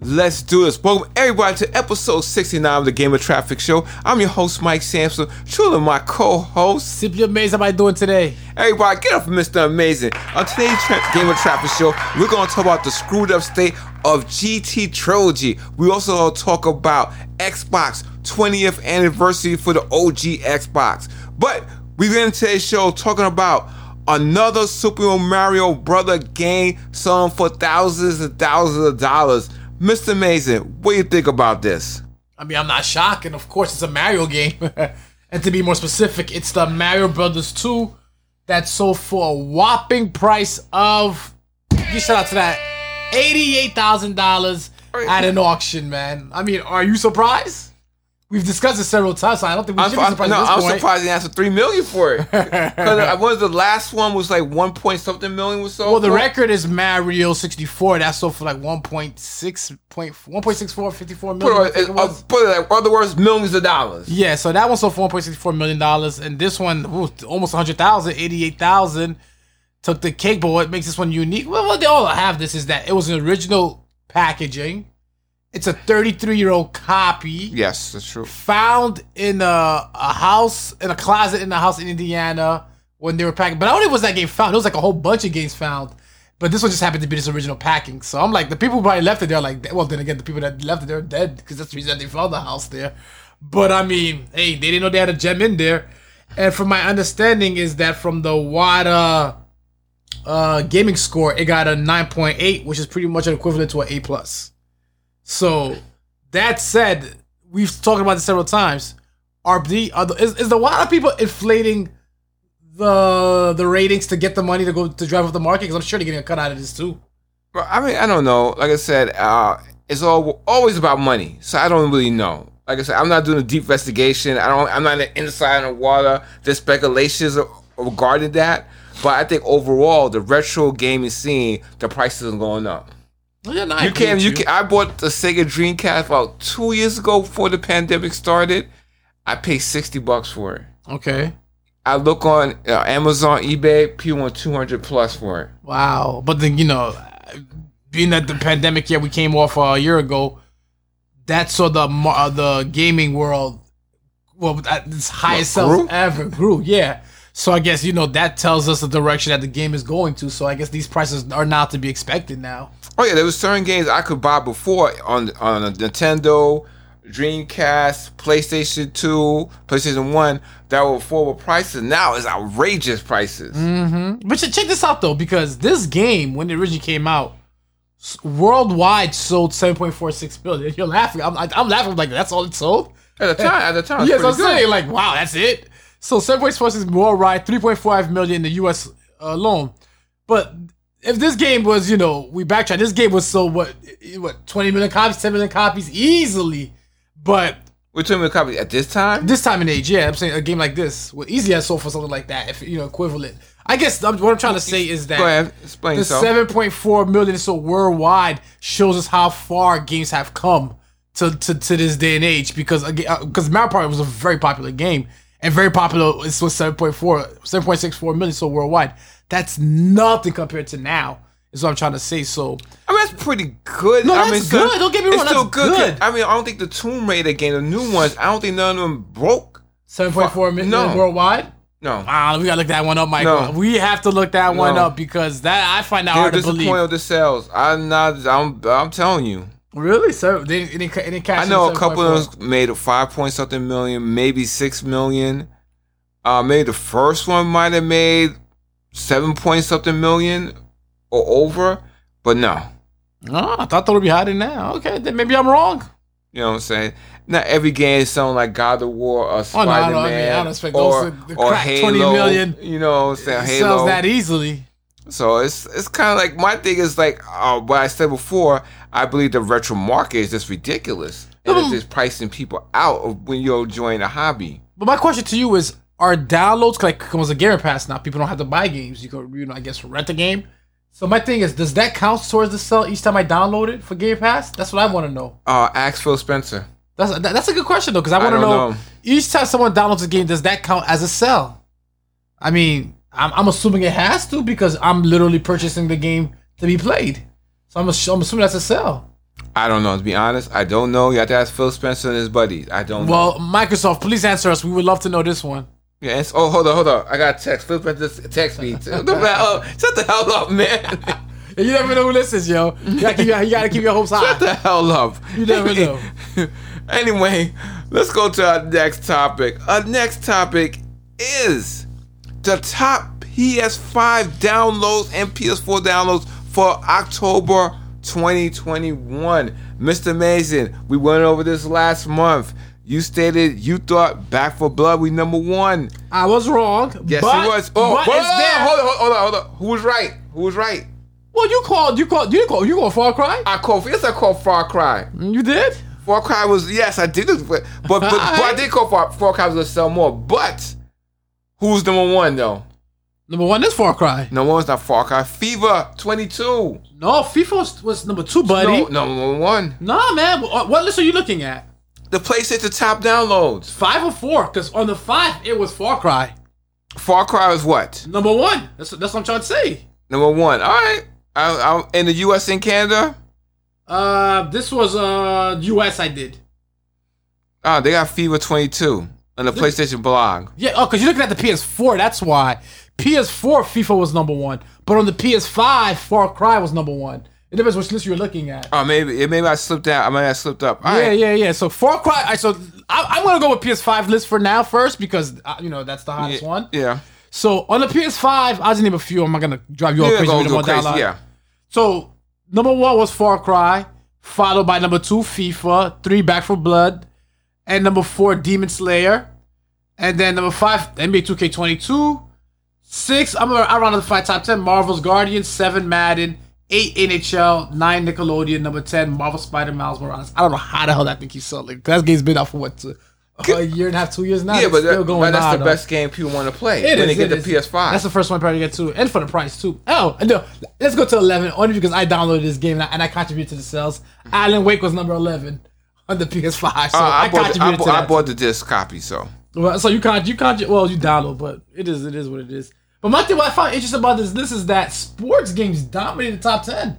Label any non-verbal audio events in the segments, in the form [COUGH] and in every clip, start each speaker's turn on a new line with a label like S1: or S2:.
S1: Let's do this. Welcome everybody to episode 69 of the Game of Traffic Show. I'm your host, Mike Sampson, truly my co-host.
S2: Simply amazed how I doing today.
S1: Everybody, get up for Mr. Amazing. On today's tra- Game of Traffic Show, we're gonna talk about the screwed up state of GT Trilogy. We also gonna talk about Xbox 20th anniversary for the OG Xbox. But we begin today's show talking about another Super Mario Brother game selling for thousands and thousands of dollars. Mr. Amazing, what do you think about this?
S2: I mean, I'm not shocked, and of course, it's a Mario game. [LAUGHS] and to be more specific, it's the Mario Brothers 2 that sold for a whopping price of, you shout out to that, $88,000 at an auction, man. I mean, are you surprised? We've discussed it several times, so I don't think we
S1: I'm,
S2: should be
S1: I'm,
S2: surprised
S1: no,
S2: at
S1: I'm
S2: this point.
S1: surprised they asked for three million for
S2: [LAUGHS]
S1: it. 'Cause I was the last one was like one point something million was sold.
S2: Well, the
S1: for.
S2: record is Mario 64. That sold for like 1.6, point- 1.64, 54
S1: Put
S2: million. I
S1: it,
S2: think it
S1: uh,
S2: was.
S1: put it like other words, millions of dollars.
S2: Yeah, so that one sold for 1.64 million dollars, and this one ooh, almost 100,000, 88,000 took the cake. But what makes this one unique? Well, what they all have this is that it was an original packaging. It's a 33 year old copy
S1: Yes, that's true.
S2: found in a, a house in a closet in a house in Indiana when they were packing. But not only was that game found, it was like a whole bunch of games found. But this one just happened to be this original packing. So I'm like, the people who probably left it, they're like, well, then again, the people that left it, they're dead because that's the reason that they found the house there. But I mean, hey, they didn't know they had a gem in there. And from my understanding is that from the WADA uh, gaming score, it got a 9.8, which is pretty much an equivalent to an A plus. So that said, we've talked about this several times. Are the, are the is, is the lot of people inflating the the ratings to get the money to go to drive up the market? Because I'm sure they're getting a cut out of this too.
S1: Well, I mean, I don't know. Like I said, uh, it's all always about money, so I don't really know. Like I said, I'm not doing a deep investigation. I don't. I'm not an inside on the water. There's speculations regarding that, but I think overall, the retro gaming scene, the prices are going up.
S2: Yeah, no, I
S1: You
S2: agree
S1: can
S2: with
S1: you can. I bought the Sega Dreamcast about two years ago before the pandemic started. I paid sixty bucks for it.
S2: Okay.
S1: I look on uh, Amazon, eBay, P one two hundred plus for it.
S2: Wow. But then you know, being that the pandemic year we came off uh, a year ago, that saw the mar- uh, the gaming world well at its highest
S1: What,
S2: sales
S1: grew?
S2: ever grew. Yeah. So I guess you know that tells us the direction that the game is going to. So I guess these prices are not to be expected now.
S1: Oh yeah, there was certain games I could buy before on on a Nintendo, Dreamcast, PlayStation Two, PlayStation One that were affordable prices. Now it's outrageous prices.
S2: Mm. But ch- check this out though, because this game, when it originally came out, s- worldwide sold 7.46 billion. You're laughing. I'm, I- I'm laughing. I'm like, that's all it sold?
S1: At the time, at the time, it's
S2: Yes, I'm
S1: pretty good.
S2: saying, like, wow, that's it. So 7.46 is worldwide, 3.5 million in the US alone. But if this game was, you know, we backtrack, this game was sold, what, i- what 20 million copies, 10 million copies easily. But
S1: We're talking about copy at this time.
S2: this time and age, yeah, I'm saying a game like this would easily have sold for something like that, if you know, equivalent. I guess I'm, what I'm trying to say is that
S1: Go ahead, explain
S2: the
S1: yourself.
S2: 7.4 million so worldwide shows us how far games have come to, to, to this day and age because because Mario Party was a very popular game and very popular it's with 7.4 7.64 million so worldwide that's nothing compared to now is what I'm trying to say so
S1: I mean, that's pretty good.
S2: No,
S1: I
S2: that's
S1: mean, so-
S2: good. Don't get me
S1: it's
S2: wrong,
S1: still
S2: that's
S1: good.
S2: good.
S1: I mean, I don't think the Tomb Raider game, the new ones, I don't think none of them broke.
S2: 7.4 million
S1: No.
S2: worldwide
S1: No,
S2: ah we gotta look that one up Michael
S1: No.
S2: we have to look that one
S1: No.
S2: up because that I find that
S1: they're
S2: hard to believe
S1: disappointed with the sales. I'm not. I'm. I'm telling you.
S2: really so they, they, didn't- they, didn't cash
S1: I
S2: in
S1: know a
S2: 7.4.
S1: couple of those made a five point something million, maybe six million. Uh, maybe the first one might have made seven point something million or over, but no,
S2: oh, I thought they would be hiding now okay then maybe I'm wrong
S1: you know what I'm saying. Not every game is selling like God of War or
S2: Oh, no, I
S1: Spider
S2: don't- I mean, I
S1: Man
S2: don't expect
S1: or,
S2: those to- to
S1: or
S2: crack
S1: Halo.
S2: 20 million.
S1: You know, what I'm saying
S2: it
S1: Halo.
S2: sells that easily.
S1: so it's it's kind of like my thing is like uh, what I said before. I believe the retro market is just ridiculous, and
S2: Mm.
S1: it's just pricing people out of when you're enjoying a hobby.
S2: But my question to you is: Are downloads like comes a Game Pass now? People don't have to buy games. You can, you know, I guess rent a game. So my thing is, does that count towards the sell each time I download it for Game Pass? That's what I want to know.
S1: Uh, ask Phil Spencer.
S2: That's that, that's a good question though, because I want to
S1: don't
S2: know,
S1: know.
S2: each time someone downloads a game, does that count as a sell? I mean, I'm, I'm assuming it has to because I'm literally purchasing the game to be played. So I'm, ass- I'm assuming that's a sell.
S1: I don't know. To be honest, I don't know. You have to ask Phil Spencer and his buddies. I don't know.
S2: Well, Microsoft, please answer us. We would love to know this one.
S1: Yeah, it's, oh, hold on, hold on. I got a text. Phil Spencer just text me. [LAUGHS] oh, shut the hell up, man.
S2: You never know who listens, yo. You gotta keep your, you gotta keep your hopes
S1: Shut
S2: high.
S1: the hell up.
S2: You never know.
S1: [LAUGHS] anyway, let's go to our next topic. Our next topic is the top PS5 downloads and PS4 downloads for October 2021. Mr. Mason, we went over this last month. You stated you thought Back for Blood we number one.
S2: I was wrong.
S1: Yes,
S2: but,
S1: it was. Oh,
S2: but
S1: hold
S2: it's
S1: on,
S2: there.
S1: hold on, hold on, hold on. Who was right? Who was right?
S2: Well, you called. You called. You called. You called Far Cry. Mm,
S1: I called. Yes, I called Far Cry.
S2: You did.
S1: Far Cry was yes, I did, but but,
S2: [LAUGHS]
S1: but, but I did call Far, Far Cry was gonna sell more. But who's number one though?
S2: Number one is Far Cry.
S1: No one's not Far Cry. Fever twenty two.
S2: No, FIFA was, was number two, buddy.
S1: No, number one.
S2: Nah, man. What, what list are you looking at?
S1: The PlayStation top downloads.
S2: Five or four? Because on the five, it was Far Cry.
S1: Far Cry is what
S2: Number one. That's that's what I'm trying to say.
S1: number one. All right. I, I, in the U.S. and Canada,
S2: Uh, this was uh U.S. I did.
S1: oh, they got Fever twenty two on the PlayStation blog.
S2: Yeah. Oh, because you're looking at the PS4. That's why. PS4 FIFA was number one, but on the PS5, Far Cry was number one. It depends which list you're looking at.
S1: Oh, maybe it maybe I slipped out. I might have slipped up. All right.
S2: yeah, yeah, yeah. So Far Cry. I so I, I'm gonna go with PS5 list for now first because uh, you know that's the hottest one.
S1: Yeah.
S2: So on the PS5, I'll just name a few. I'm not gonna drive you all
S1: Yeah,
S2: crazy
S1: go-
S2: with them
S1: go
S2: all down
S1: crazy,
S2: line.
S1: yeah.
S2: So number one was Far Cry, followed by number two FIFA, three Back for Blood, and number four Demon Slayer, and then number five NBA 2K22, six I'm gonna I round up the five top ten Marvel's Guardians, seven Madden, eight NHL, nine Nickelodeon, number ten Marvel Spider Miles Morales. I don't know how the hell that thing keeps selling. That game's been out for what two, a year and a half, two years now.
S1: Yeah,
S2: It's
S1: but,
S2: still
S1: that-
S2: going
S1: but that's
S2: on,
S1: the
S2: though.
S1: best game people want to play
S2: It
S1: when
S2: is,
S1: they
S2: it
S1: get the
S2: is.
S1: PS5.
S2: That's the first one I probably get too, and for the price too. Oh, and no, let's go to eleven only because I downloaded this game and I, and I contributed to the sales. Alan Wake was number eleven on the PS5, so
S1: Uh,
S2: I,
S1: I, bought the, I,
S2: contributed
S1: bought,
S2: to that.
S1: I bought the disc copy, so
S2: Well, so you can't, you can't, well, you download, but it is, it is what it is. But my thing, what I found interesting about this, this is that sports games dominated the top ten.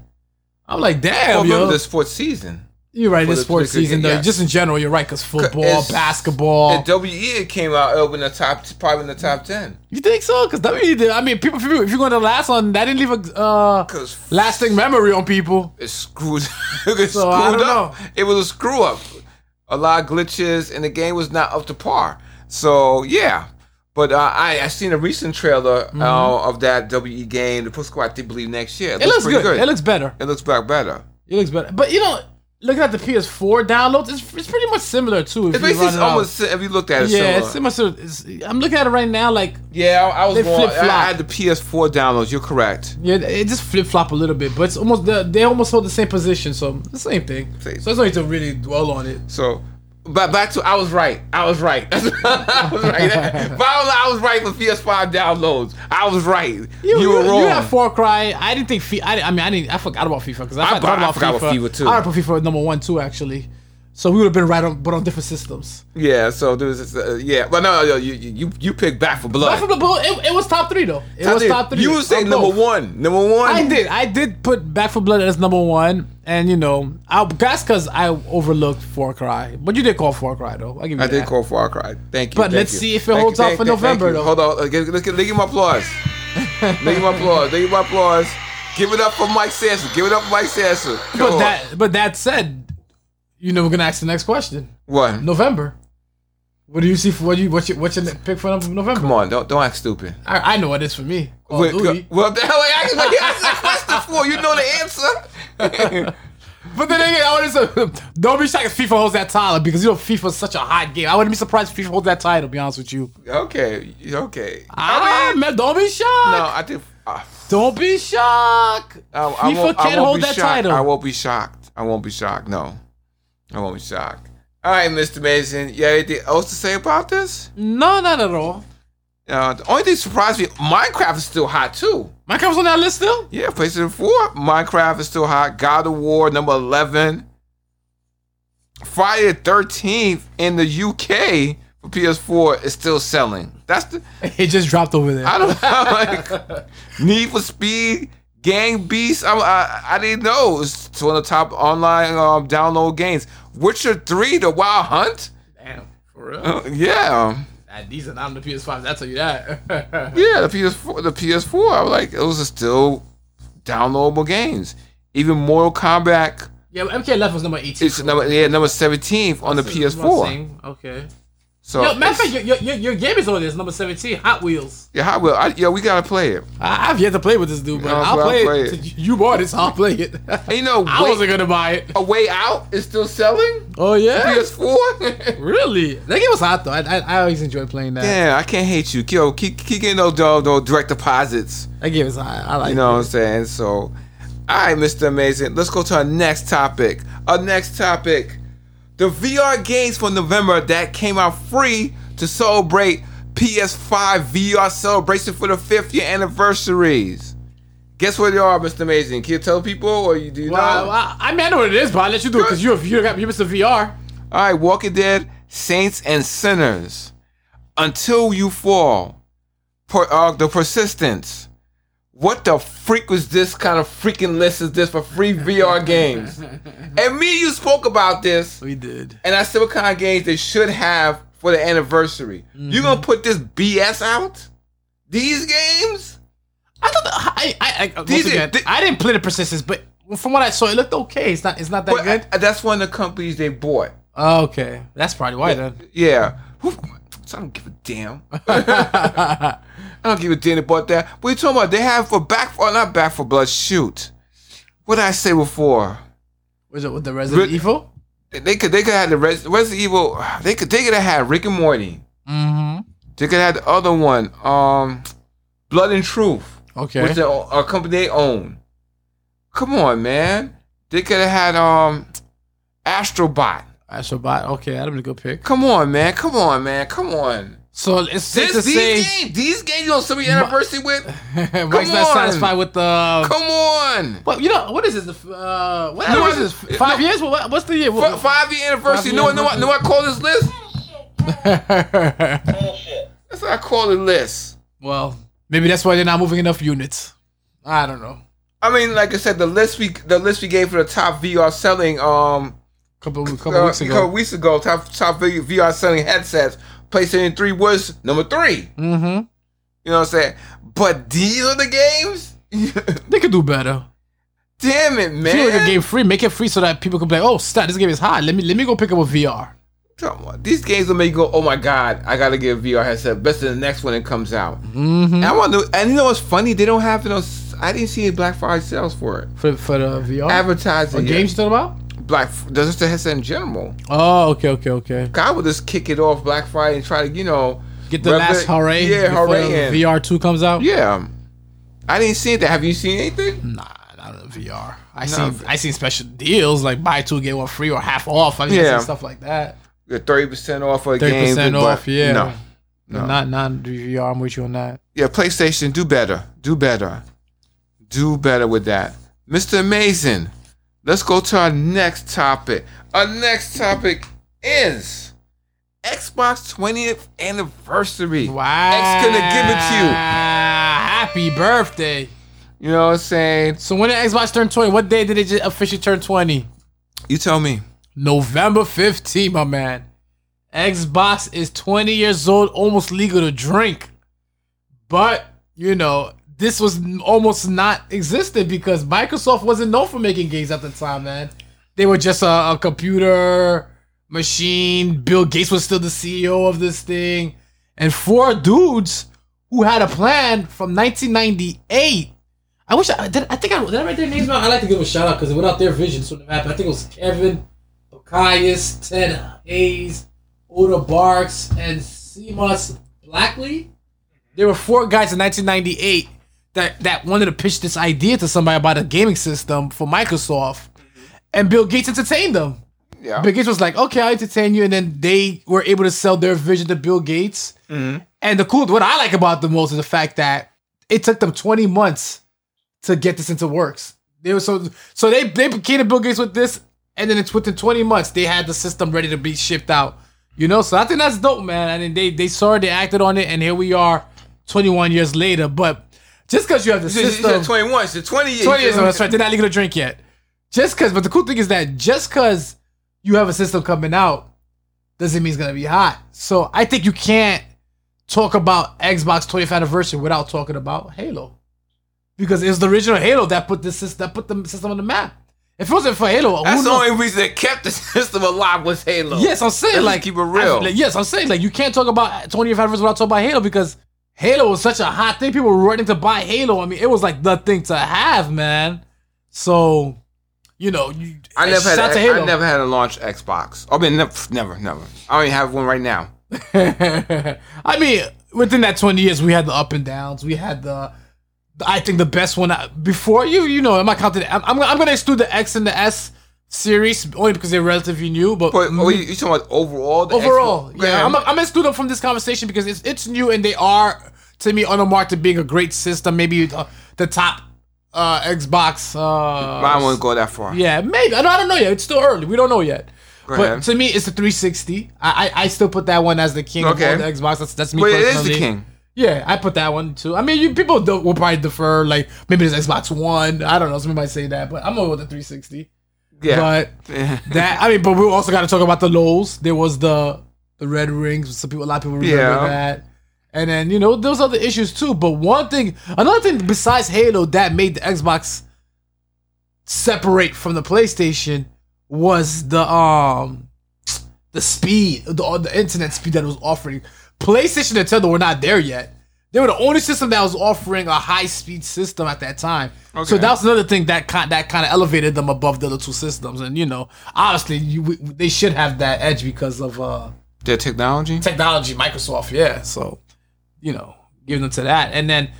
S2: I'm like,
S1: well,
S2: damn,
S1: remember
S2: yo.
S1: the sports season.
S2: You're right.
S1: for
S2: This
S1: the
S2: sports
S1: particular
S2: season,
S1: game,
S2: though,
S1: yeah.
S2: just in general, you're right. Because football,
S1: It's-
S2: basketball,
S1: And WE it E came out up in the top, probably in the top ten.
S2: You think so? Because WWE did. I mean, people. If you- if you're going to last on, that didn't leave a uh,
S1: 'Cause-
S2: lasting memory on people.
S1: It screwed, [LAUGHS] it
S2: So, I
S1: screwed
S2: don't
S1: up.
S2: know.
S1: It was a screw up. A lot of glitches, and the game was not up to par. So yeah, but uh, I I seen a recent trailer uh, of that WE game. The Puss Squad, they believe next year. It,
S2: Mm-hmm. It looks
S1: pretty
S2: good. It looks better.
S1: it looks back better.
S2: It looks better. But you know, looking at the PS4 downloads, it's, it's pretty much similar too. If
S1: It's
S2: you run
S1: basically
S2: it out.
S1: almost if you looked at it.
S2: yeah,
S1: similar.
S2: it's similar. To, it's, I'm looking at it right now. Like
S1: Yeah, I, I was
S2: They
S1: wrong. I,
S2: flip-flop.
S1: I had the PS4 downloads. You're correct.
S2: yeah, it just flip flop a little bit, but it's almost they- they almost hold the same position, so the same thing.
S1: Same.
S2: So there's no need to really dwell on it.
S1: So, but back to I was right. I was right. [LAUGHS] I was
S2: [LAUGHS]
S1: right. But I was, I was right with PS5 downloads. I was right. You, were wrong.
S2: You had Far Cry. I didn't think. Fi- I, I mean, I didn't. I forgot about FIFA because I,
S1: I
S2: thought
S1: bu- I
S2: about
S1: forgot
S2: FIFA.
S1: about FIFA, too.
S2: I put FIFA at number one too, actually. So we would have been right on, but on different systems.
S1: yeah. So there was this, uh, yeah. But no, no, you you you picked Back for Blood.
S2: Back from the Blue, it, it was top three though. It was
S1: I did.
S2: top three.
S1: You would say
S2: on
S1: number
S2: both.
S1: one. Number one.
S2: I did. I did put Back for Blood as number one, and you know, I, that's because I overlooked Far Cry. But you did call Far Cry though. I give you
S1: I
S2: that.
S1: did call Far Cry. Thank you.
S2: But
S1: thank
S2: let's
S1: you.
S2: see if it
S1: Thank you,
S2: holds out
S1: thank
S2: for
S1: you, thank
S2: November,
S1: you.
S2: though.
S1: Hold on. Uh, give- Let's give, let's give him applause. Let's give him applause. Let's give him applause. Give it up for Mike Sanson. Give it up for Mike Sanson. Come
S2: But
S1: on.
S2: that. But that said, you know, we're gonna ask the next question.
S1: What?
S2: November. What do you see for what you what you what's your pick for November?
S1: Come on, don't don't act stupid.
S2: I, I know what it is for me. Call
S1: Wait,
S2: of Duty.
S1: [LAUGHS] well, the hell, I asked you asked that question for. You know the answer. [LAUGHS]
S2: But then again, I wouldn't say, [LAUGHS] don't be shocked if FIFA holds that title because you know FIFA is such a hot game. I wouldn't be surprised if FIFA holds that title. To be honest with you,
S1: okay, okay.
S2: ah,
S1: I mean,
S2: man, don't be
S1: no,
S2: shocked.
S1: I think uh,
S2: Don't be shocked.
S1: I, I
S2: FIFA
S1: won't, I
S2: can
S1: won't
S2: hold
S1: be
S2: that
S1: shocked.
S2: title.
S1: I won't be shocked. I won't be shocked. No, I won't be shocked. All right, Mr. Mason. You have anything else to say about this?
S2: no, not at all.
S1: Uh, the only thing that surprised me, Minecraft is still hot too.
S2: Minecraft's on that list [LAUGHS] still.
S1: Yeah, PlayStation 4, Minecraft is still hot. God of War, number 11. Friday the 13th in the UK for PS4 is still selling. That's the. [LAUGHS]
S2: It just dropped over there.
S1: I don't know. Like, Need for Speed, Gang Beast. I, I, I didn't know it's one of the top online um, download games. Witcher Three: The Wild Hunt. [LAUGHS]
S2: Damn, for real.
S1: Uh, yeah,
S2: Ah, These are not on the PS5. That's tell you that. [LAUGHS]
S1: yeah. The PS4. The PS4. I was like, it was still downloadable games. Even Mortal Kombat
S2: yeah, but MK Left was number 18.
S1: is number yeah number 17th on the PS4.
S2: Same, Okay.
S1: So
S2: Yo, matter of fact,
S1: it's-
S2: your, your, your, your game is on this, number 17, Hot Wheels.
S1: yeah, I will. I, yeah, we gotta play it.
S2: I, I've yet to play with this dude, but
S1: Yeah,
S2: I'll,
S1: I'll
S2: play,
S1: play
S2: it. You bought it, so I'll play it.
S1: And you know,
S2: I wasn't
S1: way,
S2: going to buy it.
S1: a way out is still selling.
S2: Oh, yeah?
S1: PS4.
S2: Really? That game was hot, though. I, I, I always enjoy playing that.
S1: [LAUGHS] Yeah, I can't hate you. Yo, keep, keep getting those, those, those direct deposits.
S2: That game was hot. I like
S1: You know what I'm saying? So, all right, Mr. Amazing. Let's go to our next topic. Our next topic the VR games for November that came out free to celebrate PS5 VR celebration for the 50th anniversaries. Guess what they are, Mr. Amazing? Can you tell people or you do you
S2: Well,
S1: know?
S2: I, I, I mean, I know what it is, but I'll let you do it because you're, you're, you're Mr. VR.
S1: All right, Walking Dead, Saints and Sinners, Until You Fall, per, uh, The Persistence. What the freak was this kind of freaking list is this for free VR
S2: [LAUGHS]
S1: games? and me, and you spoke about this,
S2: We did.
S1: and I said what kind of games they should have for the anniversary. You
S2: Mm-hmm.
S1: gonna put this BS out? These games?
S2: I thought the, I, I, I, once
S1: These-
S2: again,
S1: th-
S2: I didn't play the persistence, but from what I saw, it looked okay. It's not it's not that
S1: But
S2: good.
S1: uh, that's one of the companies they bought.
S2: Oh, okay, that's probably
S1: [LAUGHS]
S2: why then.
S1: Yeah. Who, so I don't give a damn. I don't give a damn about that. What you talking about? They have for back for not back for blood. Shoot. What did I say before?
S2: Was it with the Resident
S1: Re-
S2: Evil?
S1: They could they could have the Res, Resident Evil. [SIGHS] They could they could have had Rick and Morty.
S2: Mm-hmm.
S1: They could have had the other one. Um, Blood and Truth,
S2: Okay.
S1: which is a, a company they own. Come on, man. They could have had um, Astrobot.
S2: Astrobot. Okay, that'd been a good pick.
S1: Come on, man. Come on, man. Come on.
S2: So it's safe
S1: This,
S2: to
S1: these
S2: [LAUGHS] say
S1: games, these games you don't somebody anniversary with.
S2: Mike's not
S1: on.
S2: satisfied with the. um,
S1: Come on.
S2: Well, you know what is this? The, uh, what
S1: No,
S2: what
S1: it's-
S2: is this? Five years? What, what's the year?
S1: F- five year anniversary.
S2: Five
S1: no,
S2: year
S1: no, no, no. I call this list.
S3: Bullshit.
S1: That's what I call the list.
S2: [LAUGHS] well, maybe that's why they're not moving enough units. I don't know.
S1: I mean, like I said, the list we the list we gave for the top VR selling um
S2: Couple couple
S1: uh,
S2: weeks
S1: a couple
S2: ago.
S1: weeks ago top top VR selling headsets PlayStation Three was number three.
S2: Mm-hmm.
S1: You know what I'm saying? But these are the games. [LAUGHS]
S2: They could do better.
S1: Damn it,
S2: If you make a
S1: man!
S2: game free, make it free so that people can be like, oh, stat, this game is hot. Let me let me go pick up a VR.
S1: Come on. These games will make you go, oh my god, I gotta get a VR headset. Best than the next one that comes out.
S2: Mm-hmm.
S1: And I want to. And you know what's funny? They don't have no. I didn't see any Black Friday sales for it.
S2: For for the VR.
S1: Advertising
S2: What
S1: yet.
S2: games you talking about?
S1: Black. Does the headset in general?
S2: Oh, okay, okay, okay.
S1: I would just kick it off Black Friday and try to you know
S2: Get the
S1: rep
S2: last
S1: it.
S2: hooray.
S1: Yeah,
S2: before
S1: hooray. in.
S2: VR two comes out.
S1: Yeah. I didn't see that. Have you seen anything?
S2: Nah, not a VR. I seen I seen special deals like buy two get one free or half off. I mean,
S1: Yeah.
S2: yeah. stuff like that.
S1: Thirty percent off a
S2: Thirty
S1: game.
S2: percent
S1: but
S2: off. Yeah.
S1: No. No.
S2: Not not VR. I'm with you on that.
S1: Yeah. PlayStation, do better. Do better. Do better with that, Mister Amazing. Let's go to our next topic. Our next topic is Xbox 20th anniversary.
S2: Wow.
S1: X gonna give it to you.
S2: Happy birthday.
S1: You know what I'm saying?
S2: So when did Xbox turn twenty? What day did it ju- officially turn twenty?
S1: You tell me.
S2: November 15, my man. Xbox is 20 years old, almost legal to drink. But, you know, this was n- almost not existed because Microsoft wasn't known for making games at the time, man. They were just a, a computer machine. Bill Gates was still the CEO of this thing. And four dudes who had a plan from 1998 I wish I did. I think I did. I write their names down. I like to give them a shout out because without their vision, this wouldn't have happened. I think it was Kevin, Bacchius, Ted Hayes, Oda Barks, and Seamus Blackley. There were four guys in 1998 that that wanted to pitch this idea to somebody about a gaming system for Microsoft, and Bill Gates entertained them.
S1: Yeah.
S2: Bill Gates was like, "Okay, I'll entertain you," and then they were able to sell their vision to Bill Gates.
S1: Mm-hmm.
S2: And the cool, what I like about the most is the fact that it took them 20 months to get this into works. They were so so they they came to Bill Gates with this, and then it's within 20 months they had the system ready to be shipped out. You know, so I think that's dope, man. I mean, they they saw it, they acted on it, and here we are, 21 years later. But Just because you have the
S1: You said, you
S2: system,
S1: said 21. She's 20 years.
S2: 20 years old. That's right. They're not legal to drink yet. Just because, but the cool thing is that just because you have a system coming out doesn't mean it's gonna be hot. So I think you can't talk about Xbox 20th anniversary without talking about Halo, because it's the original Halo that put this system, that put the system on the map. If it wasn't for Halo,
S1: That's
S2: who
S1: the
S2: knows?
S1: only reason that kept the [LAUGHS] system alive was Halo.
S2: Yes, I'm saying
S1: Let's
S2: like
S1: keep it real.
S2: I- like, yes, I'm saying like you can't talk about 25 years without talking about Halo because Halo was such a hot thing. People were running to buy Halo. I mean, it was like the thing to have, man. So, you know, you,
S1: I never had.
S2: shout to
S1: A,
S2: Halo.
S1: I never had a launch Xbox. I mean, never, never, never. I don't even have one right now.
S2: [LAUGHS] I mean, within that 20 years, we had the up and downs. We had the, the- I think the best one I- before you. You know, I'm not counting. I'm I'm, I'm gonna exclude the X and the S series only because they're relatively new. But
S1: But oh, you, you talking about overall? The
S2: Mm-hmm. overall,
S1: Xbox-
S2: yeah, I'm I'm gonna exclude them from this conversation because it's it's new and they are to me on the mark to being a great system. Maybe uh, the top uh, Xbox. Uh,
S1: Mine won't go that far.
S2: yeah, maybe. I don't, I don't know yet. It's still early. We don't know yet.
S1: Go
S2: but
S1: ahead.
S2: to me, it's the 360. I, I I still put that one as the king
S1: Okay.
S2: of all the Xbox. That's that's me
S1: But it
S2: personally.
S1: is the king.
S2: Yeah, I put that one too. I mean, you people don't, will probably defer. Like maybe there's Xbox One. I don't know. Somebody might say that, but I'm going with the 360.
S1: [LAUGHS] Yeah.
S2: But that I mean, but we also got to talk about the lows. There was the the red rings. Some people, a lot of people remember
S1: Yeah.
S2: that. And then you know those other issues too. But one thing, another thing besides Halo that made the Xbox separate from the PlayStation was the um the speed, the, the internet speed that it was offering. PlayStation and Nintendo were not there yet. They were the only system that was offering a high speed system at that time. So
S1: Okay.
S2: that was another thing that kind that kind of elevated them above the other two systems. And you know, honestly, you, we, they should have that edge because of uh,
S1: Their technology.
S2: technology, Microsoft. Yeah, so you know, give them to that. And then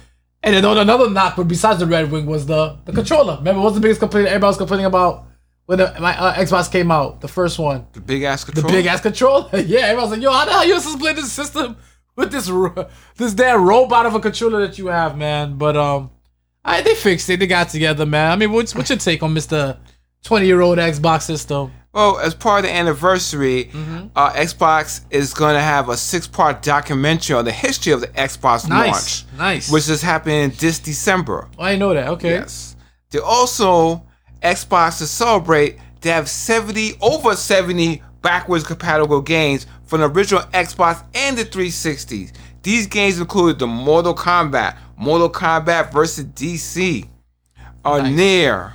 S2: and then on another knock, but besides the Red Wing was the the controller. Remember, what was the biggest complaint everybody was complaining about when the, my uh, Xbox came out, the first one.
S1: The big ass control.
S2: Big ass controller. [LAUGHS] yeah, everyone's like, yo, how the hell you supposed to play this system [LAUGHS] with this ro- this damn robot of a controller that you have, man? But um, I they fixed it. They got together, man. I mean, what's what's your take on Mister Twenty Year Old Xbox system?
S1: Well, Oh, as part of the anniversary,
S2: Mm-hmm.
S1: uh, Xbox is going to have a six-part documentary on the history of the Xbox
S2: Nice,
S1: launch,
S2: nice.
S1: which is happening this December.
S2: I didn't know that. Okay.
S1: Yes. They also Xbox to celebrate. They have seventy over seventy backwards compatible games from the original Xbox and the 360s. These games included the Mortal Kombat, Mortal Kombat versus DC, uh, Nier,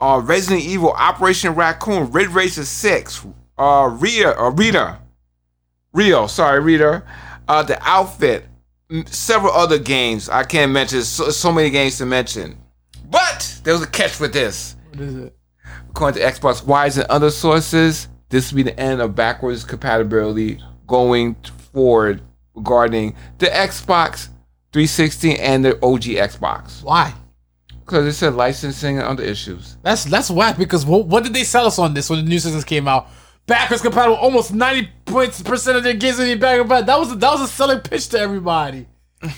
S1: uh, Resident Evil, Operation Raccoon, Red Racer 6, uh, Rita, uh, Rita, Rio, sorry, Rita, uh, The Outfit, m- several other games I can't mention, so, so many games to mention. But there was a catch with this.
S2: What is it?
S1: According to Xbox Wise and other sources, this will be the end of backwards compatibility going forward regarding the Xbox 360 and the OG Xbox.
S2: Why?
S1: Because it said licensing and other issues.
S2: That's that's whack because what, what did they sell us on this when the new systems came out? Backwards compatible, almost ninety points percent of their games would be backwards compatible. That was a, that was a selling pitch
S1: [LAUGHS]
S2: to everybody.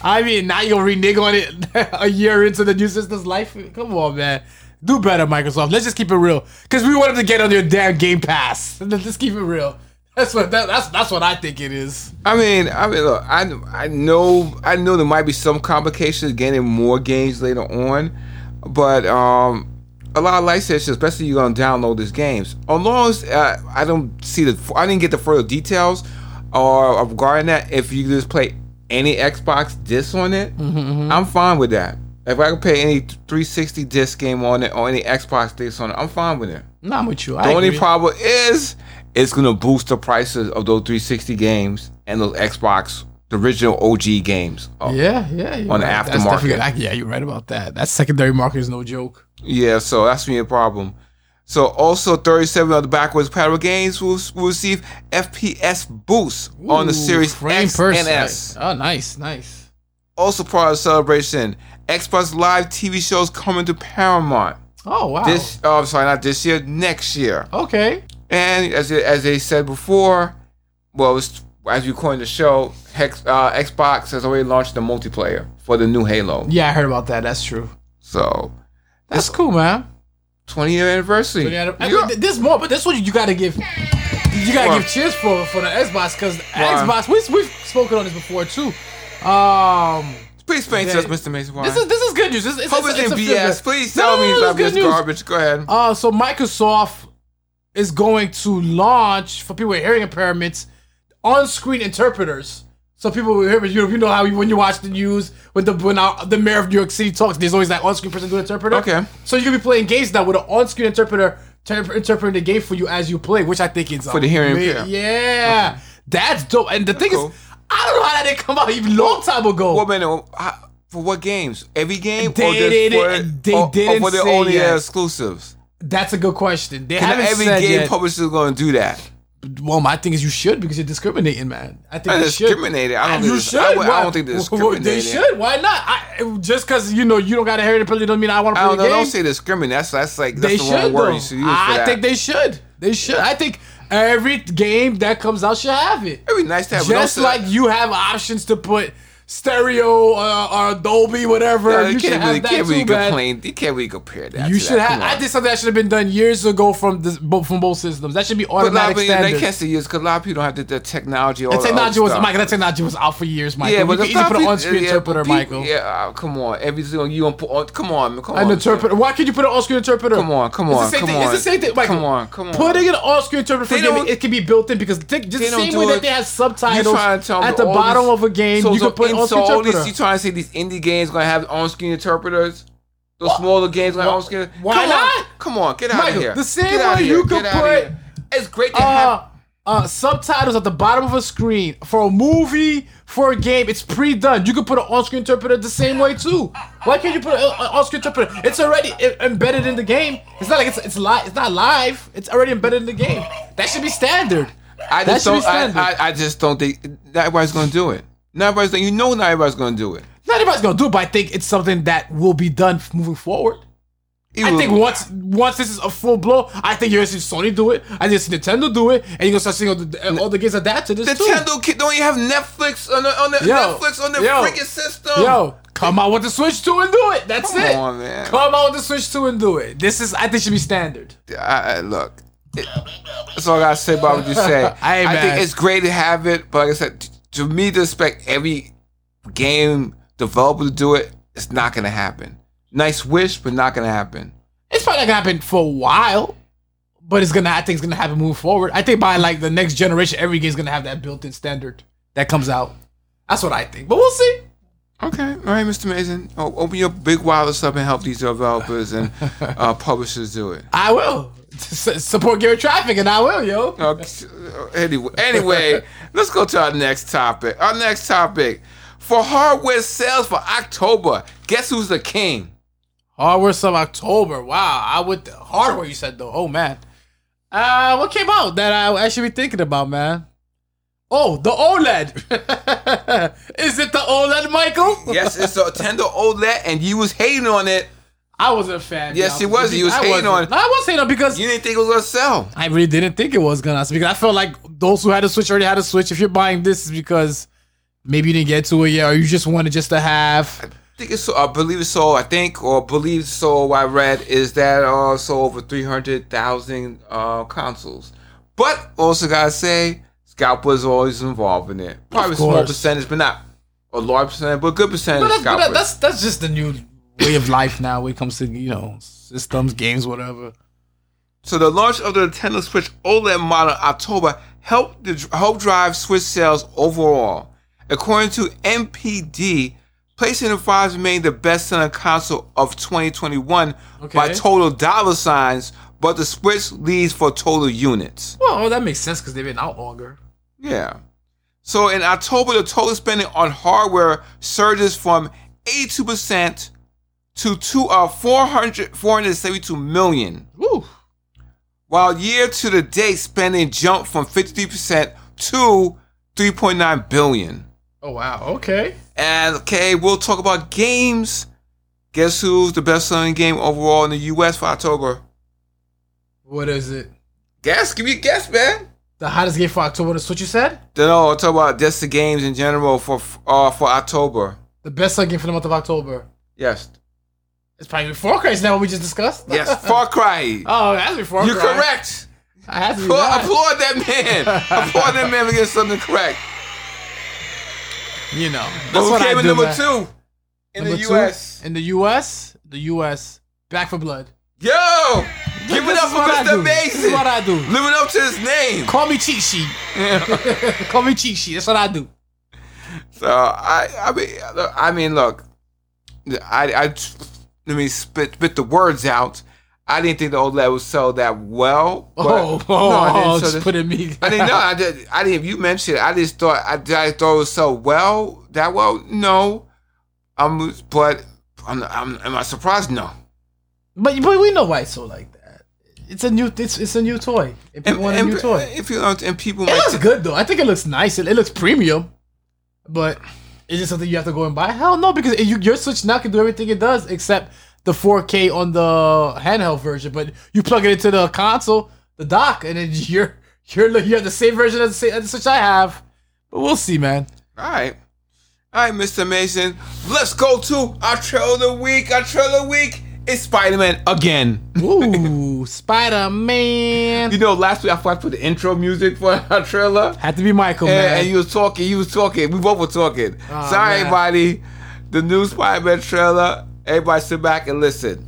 S2: I mean, now you're renege on it [LAUGHS] a year into the new system's life. Come on, man, do better, Microsoft. Let's just keep it real because we wanted to get on your damn Game Pass. [LAUGHS] Let's just keep it real. That's what that, that's that's what I think it is.
S1: I mean, I mean, look, I I know I know there might be some complications getting more games later on, but um, a lot of licenses, especially you're gonna download these games. As long as uh, I don't see the, I didn't get the further details or regarding that. If you just play any Xbox disc on it, I'm fine with that. If I can play any 360 disc game on it or any Xbox disc on it, I'm fine with it.
S2: No, I'm with you. I
S1: The only
S2: agree.
S1: problem is it's gonna boost the prices of those 360 games and those Xbox, the original OG games. Oh, yeah.
S2: yeah, yeah, you're
S1: On the
S2: right. That's
S1: aftermarket.
S2: definitely- I- yeah, you're right about that. That secondary market is no joke.
S1: so that's gonna be a problem. So also 37 of the backwards compatible games will, will receive FPS boosts on the
S2: Ooh,
S1: Series X and S.
S2: Oh, nice, nice.
S1: Also part of the celebration, Xbox Live TV shows coming to Paramount.
S2: Oh wow.
S1: This, oh, sorry, not this year, next year.
S2: okay.
S1: And as they- as they said before, well, it's, as you coined the show, Hex, uh, Xbox has already launched the multiplayer for the new Halo.
S2: Yeah, I heard about that. That's true.
S1: So,
S2: That's cool, man.
S1: 20 year anniversary.
S2: I mean,
S1: Yeah.
S2: th- this more, but this one you gotta give. You gotta
S1: Why?
S2: give cheers for for the Xbox because
S1: Why?
S2: Xbox. We we've spoken on this before too. Um,
S1: Please explain to
S2: Yeah.
S1: us, Mr. Mason. Why?
S2: This is this is good news. This is- it's,
S1: Hope
S2: it's,
S1: it's in
S2: a feel
S1: BS.
S2: good-
S1: Please
S2: No,
S1: tell
S2: no,
S1: me
S2: no,
S1: about
S2: it's
S1: this
S2: good news.
S1: garbage. Go ahead.
S2: Uh, so Microsoft is going to launch for people with hearing impairments on-screen interpreters. So people with hearing you, you know how you, when you watch the news when the when our, the mayor of New York City talks, there's always that on-screen person doing interpreter.
S1: Okay.
S2: So you can be playing games now with an on-screen interpreter ter- interpreting the game for you as you play, which I think is
S1: For the hearing
S2: ama-
S1: impaired.
S2: Yeah, that's dope. And the thing
S1: Cool.
S2: is, I don't know how that didn't come out even long time ago.
S1: What minute? uh, how- For what games? Every game?
S2: They
S1: or just
S2: didn't-
S1: for,
S2: they
S1: or- or,
S2: didn't
S1: for the
S2: say
S1: only uh,
S2: yet.
S1: exclusives?
S2: That's a good question. They
S1: And
S2: haven't
S1: every
S2: said
S1: game
S2: yet.
S1: publisher is going to do that.
S2: Well, my thing is you should because you're discriminating, man. I think
S1: I
S2: you should.
S1: discriminated. I don't think
S2: You
S1: it's-
S2: should.
S1: I would- I
S2: Why-
S1: don't think they're
S2: well, They
S1: discriminating.
S2: should. Why not? I, just because you know you don't got a heritage penalty doesn't mean I want to
S1: I
S2: play
S1: don't
S2: the
S1: know.
S2: game.
S1: Don't say discriminate. That's that's like that's
S2: they
S1: the
S2: should.
S1: wrong word
S2: though.
S1: you should use for
S2: I
S1: that.
S2: think they should. They should. I think every game that comes out should have it.
S1: It'd be nice to have. but don't
S2: Just
S1: say-
S2: like you have options to put stereo uh, or Dolby, whatever.
S1: Yeah,
S2: you should
S1: can't
S2: have
S1: really,
S2: that
S1: can't
S2: too,
S1: really
S2: man.
S1: complain. You can't really compare that.
S2: You
S1: to
S2: should
S1: that.
S2: have.
S1: Come on.
S2: I think something that should have been done years ago from this, bo- from both systems. That should be
S1: But a lot
S2: automatic
S1: of people,
S2: standard.
S1: they can't see use because a lot of people don't have the, the technology. All
S2: That
S1: the
S2: technology
S1: other
S2: was
S1: stuff.
S2: Michael. That technology was out for years, Michael.
S1: Yeah,
S2: you
S1: but
S2: can
S1: the
S2: easily put an
S1: people-
S2: on-screen
S1: yeah, but
S2: interpreter,
S1: people-
S2: Michael.
S1: Yeah, uh, come on. Every single you don't put on. Come on, come on.
S2: An
S1: man.
S2: interpreter. Why can't you put an on-screen interpreter?
S1: Come on, come
S2: It's
S1: on,
S2: the same
S1: come
S2: thing.
S1: on.
S2: It's the same thing, Michael.
S1: Come on, come on.
S2: Putting an on-screen interpreter
S1: They
S2: for a game,
S1: don't-
S2: it can be built in because think, just
S1: They
S2: the
S1: don't
S2: same
S1: do
S2: way
S1: it.
S2: that they have
S1: You
S2: subtitles
S1: trying to tell me
S2: at the
S1: all
S2: bottom
S1: these-
S2: of a game,
S1: So,
S2: you
S1: so,
S2: can put an
S1: in- so
S2: on-screen
S1: all
S2: interpreter.
S1: these, you trying to say these indie games gonna have on-screen interpreters? Those smaller games gonna have on-screen.
S2: why
S1: come On,
S2: not?
S1: come on, get out
S2: Michael,
S1: of here.
S2: the same
S1: Get outta
S2: way
S1: here,
S2: you
S1: get
S2: could
S1: outta
S2: put,
S1: here. It's great to have.
S2: uh, uh, subtitles at the bottom of a screen for a movie for a game. It's pre-done. You can put an on-screen interpreter the same way too. Why can't you put an an on-screen interpreter? It's already e- embedded in the game. It's not like it's it's live. It's not live. It's already embedded in the game. That should be standard.
S1: I
S2: that
S1: just
S2: should be
S1: don't.
S2: standard.
S1: I, I, I just don't think not everybody's gonna do it. Not everybody's. gonna- You know, not everybody's gonna do it.
S2: not everybody's gonna do, it, but I think it's something that will be done f- moving forward.
S1: It
S2: I
S1: will-
S2: think once once this is a full blow, I think you're gonna see Sony do it. I think you're gonna see Nintendo do it, and you're gonna start seeing all the, all the games adapt to this too.
S1: Nintendo kid don't even have Netflix on the on the
S2: Yo,
S1: Netflix on the
S2: yo,
S1: freaking system.
S2: Yo, come out with the Switch 2 and do it. That's
S1: Come
S2: it.
S1: on, man.
S2: Come out with the Switch 2 and do it. This is, I think, should be standard.
S1: I, I, look, it, that's all I gotta say about what you
S2: [LAUGHS]
S1: say.
S2: I ain't mad.
S1: think it's great to have it, but like I said, t- to me to expect every game developer to do it, it's not gonna happen. Nice wish, but not gonna happen.
S2: It's probably not gonna happen for a while, but it's gonna. I think it's gonna happen moving forward. I think by like the next generation, every game's gonna have that built-in standard that comes out. That's what I think. But we'll see.
S1: Okay, all right, Mr. Mason, o- open your big wireless up and help these developers and uh, publishers do it.
S2: I will [LAUGHS] S- support Gary Traffic, and I will, yo.
S1: Okay, Uh, anyway, anyway, let's go to our next topic. Our next topic for hardware sales for October. Guess who's the king?
S2: Hardware some October. Wow, I would hardware. You said though. Oh man, uh, what came out that I, I should be thinking about, man? Oh, the OLED. [LAUGHS] Is it the OLED, Michael?
S1: Yes, it's a Nintendo OLED, and you was hating on it.
S2: I wasn't a fan.
S1: Yes,
S2: y'all.
S1: he was. He was
S2: I
S1: hating
S2: wasn't.
S1: on it.
S2: No, I was hating on it because
S1: You didn't think it was gonna sell.
S2: I really didn't think it was gonna. Because I felt like those who had a Switch already had a Switch. If you're buying this, it's because maybe you didn't get to it yet, or you just wanted just to have.
S1: I think it's. I believe it's sold. I think or believe so. What I read is that uh sold over three hundred thousand uh consoles. But also gotta say, scalpers are always involved in it. Probably a small
S2: course.
S1: percentage, but not a large percentage, but a good percentage.
S2: But
S1: of
S2: that's, but
S1: scalpers.
S2: that- that's that's just the new way of life now when it comes to you know systems, games, whatever.
S1: So the launch of the Nintendo Switch OLED model in October helped the, helped drive Switch sales overall. According to NPD, PlayStation 5 remained the best-selling console of 2021 by
S2: Okay.
S1: total dollar signs, but the Switch leads for total units.
S2: Well, oh, that makes sense because they've been out longer.
S1: Yeah. So in October, the total spending on hardware surges from 82% to two, uh, 400, 472 million.
S2: Woo.
S1: while year to the date spending jumped from 53% to 3.9 billion.
S2: Oh wow. Okay.
S1: And okay, we'll talk about games. Guess who's the best selling game overall in the US for October?
S2: What is it?
S1: Guess, give me a guess, man.
S2: The hottest game for October. That's what you said.
S1: Then I'll talk about just the games in general for uh, for October.
S2: The best selling game for the month of October.
S1: Yes.
S2: It's probably Far Cry. Isn't that what we just discussed?
S1: Yes, Far Cry.
S2: [LAUGHS] oh, that's before.
S1: You're correct.
S2: I had to be
S1: Applaud,
S2: right.
S1: applaud that
S2: [LAUGHS]
S1: man. applaud that man for getting something correct.
S2: You know. That's
S1: But who
S2: what
S1: came
S2: I
S1: in
S2: do,
S1: number
S2: man.
S1: two? in
S2: Number
S1: the
S2: two,
S1: U.S.
S2: In the U.S., the U.S. Back for blood.
S1: Yo, give
S2: This
S1: it up
S2: is
S1: for
S2: what I
S1: Mr.
S2: do. This is
S1: Mason.
S2: what I do.
S1: Living up to his name. [LAUGHS]
S2: Call me cheat sheet. Call me cheat sheet. That's what I do.
S1: So I, I mean, look- I mean, look, I, I let me spit spit the words out. I didn't think the old lad would sell that well. but-
S2: oh, oh,
S1: no, I didn't sell
S2: just
S1: this-
S2: putting me.
S1: I didn't know. I did. I didn't. You mentioned. It. I just thought. I, did I thought it was so well that well. No, I'm. But I'm. I'm am I surprised? No.
S2: But but we know why it's so like that. It's a new it's it's a new toy. If you want a new toy,
S1: If you don't- and people
S2: it
S1: might.
S2: looks good though. I think it looks nice. It, it looks premium. But is it something you have to go and buy? Hell no, because you, your Switch now can do everything it does except the 4K on the handheld version. But you plug it into the console, the dock, and then [LAUGHS] you're you're look- you have the same version as the, same, as the Switch I have. But we'll see, man.
S1: all right. All right, Mr. Mason. Let's go to our trail of the week. Our trail of the week is Spider-Man again. [LAUGHS]
S2: Ooh, Spider Man.
S1: You know, last week I forgot to put the intro music for [LAUGHS] our trailer,
S2: Had to be Michael,
S1: Eh, and,
S2: man.
S1: and you was talking, you was talking, we both were talking.
S2: Aw,
S1: Sorry,
S2: man.
S1: everybody. The new Spider-Man trailer. Everybody, sit back and listen.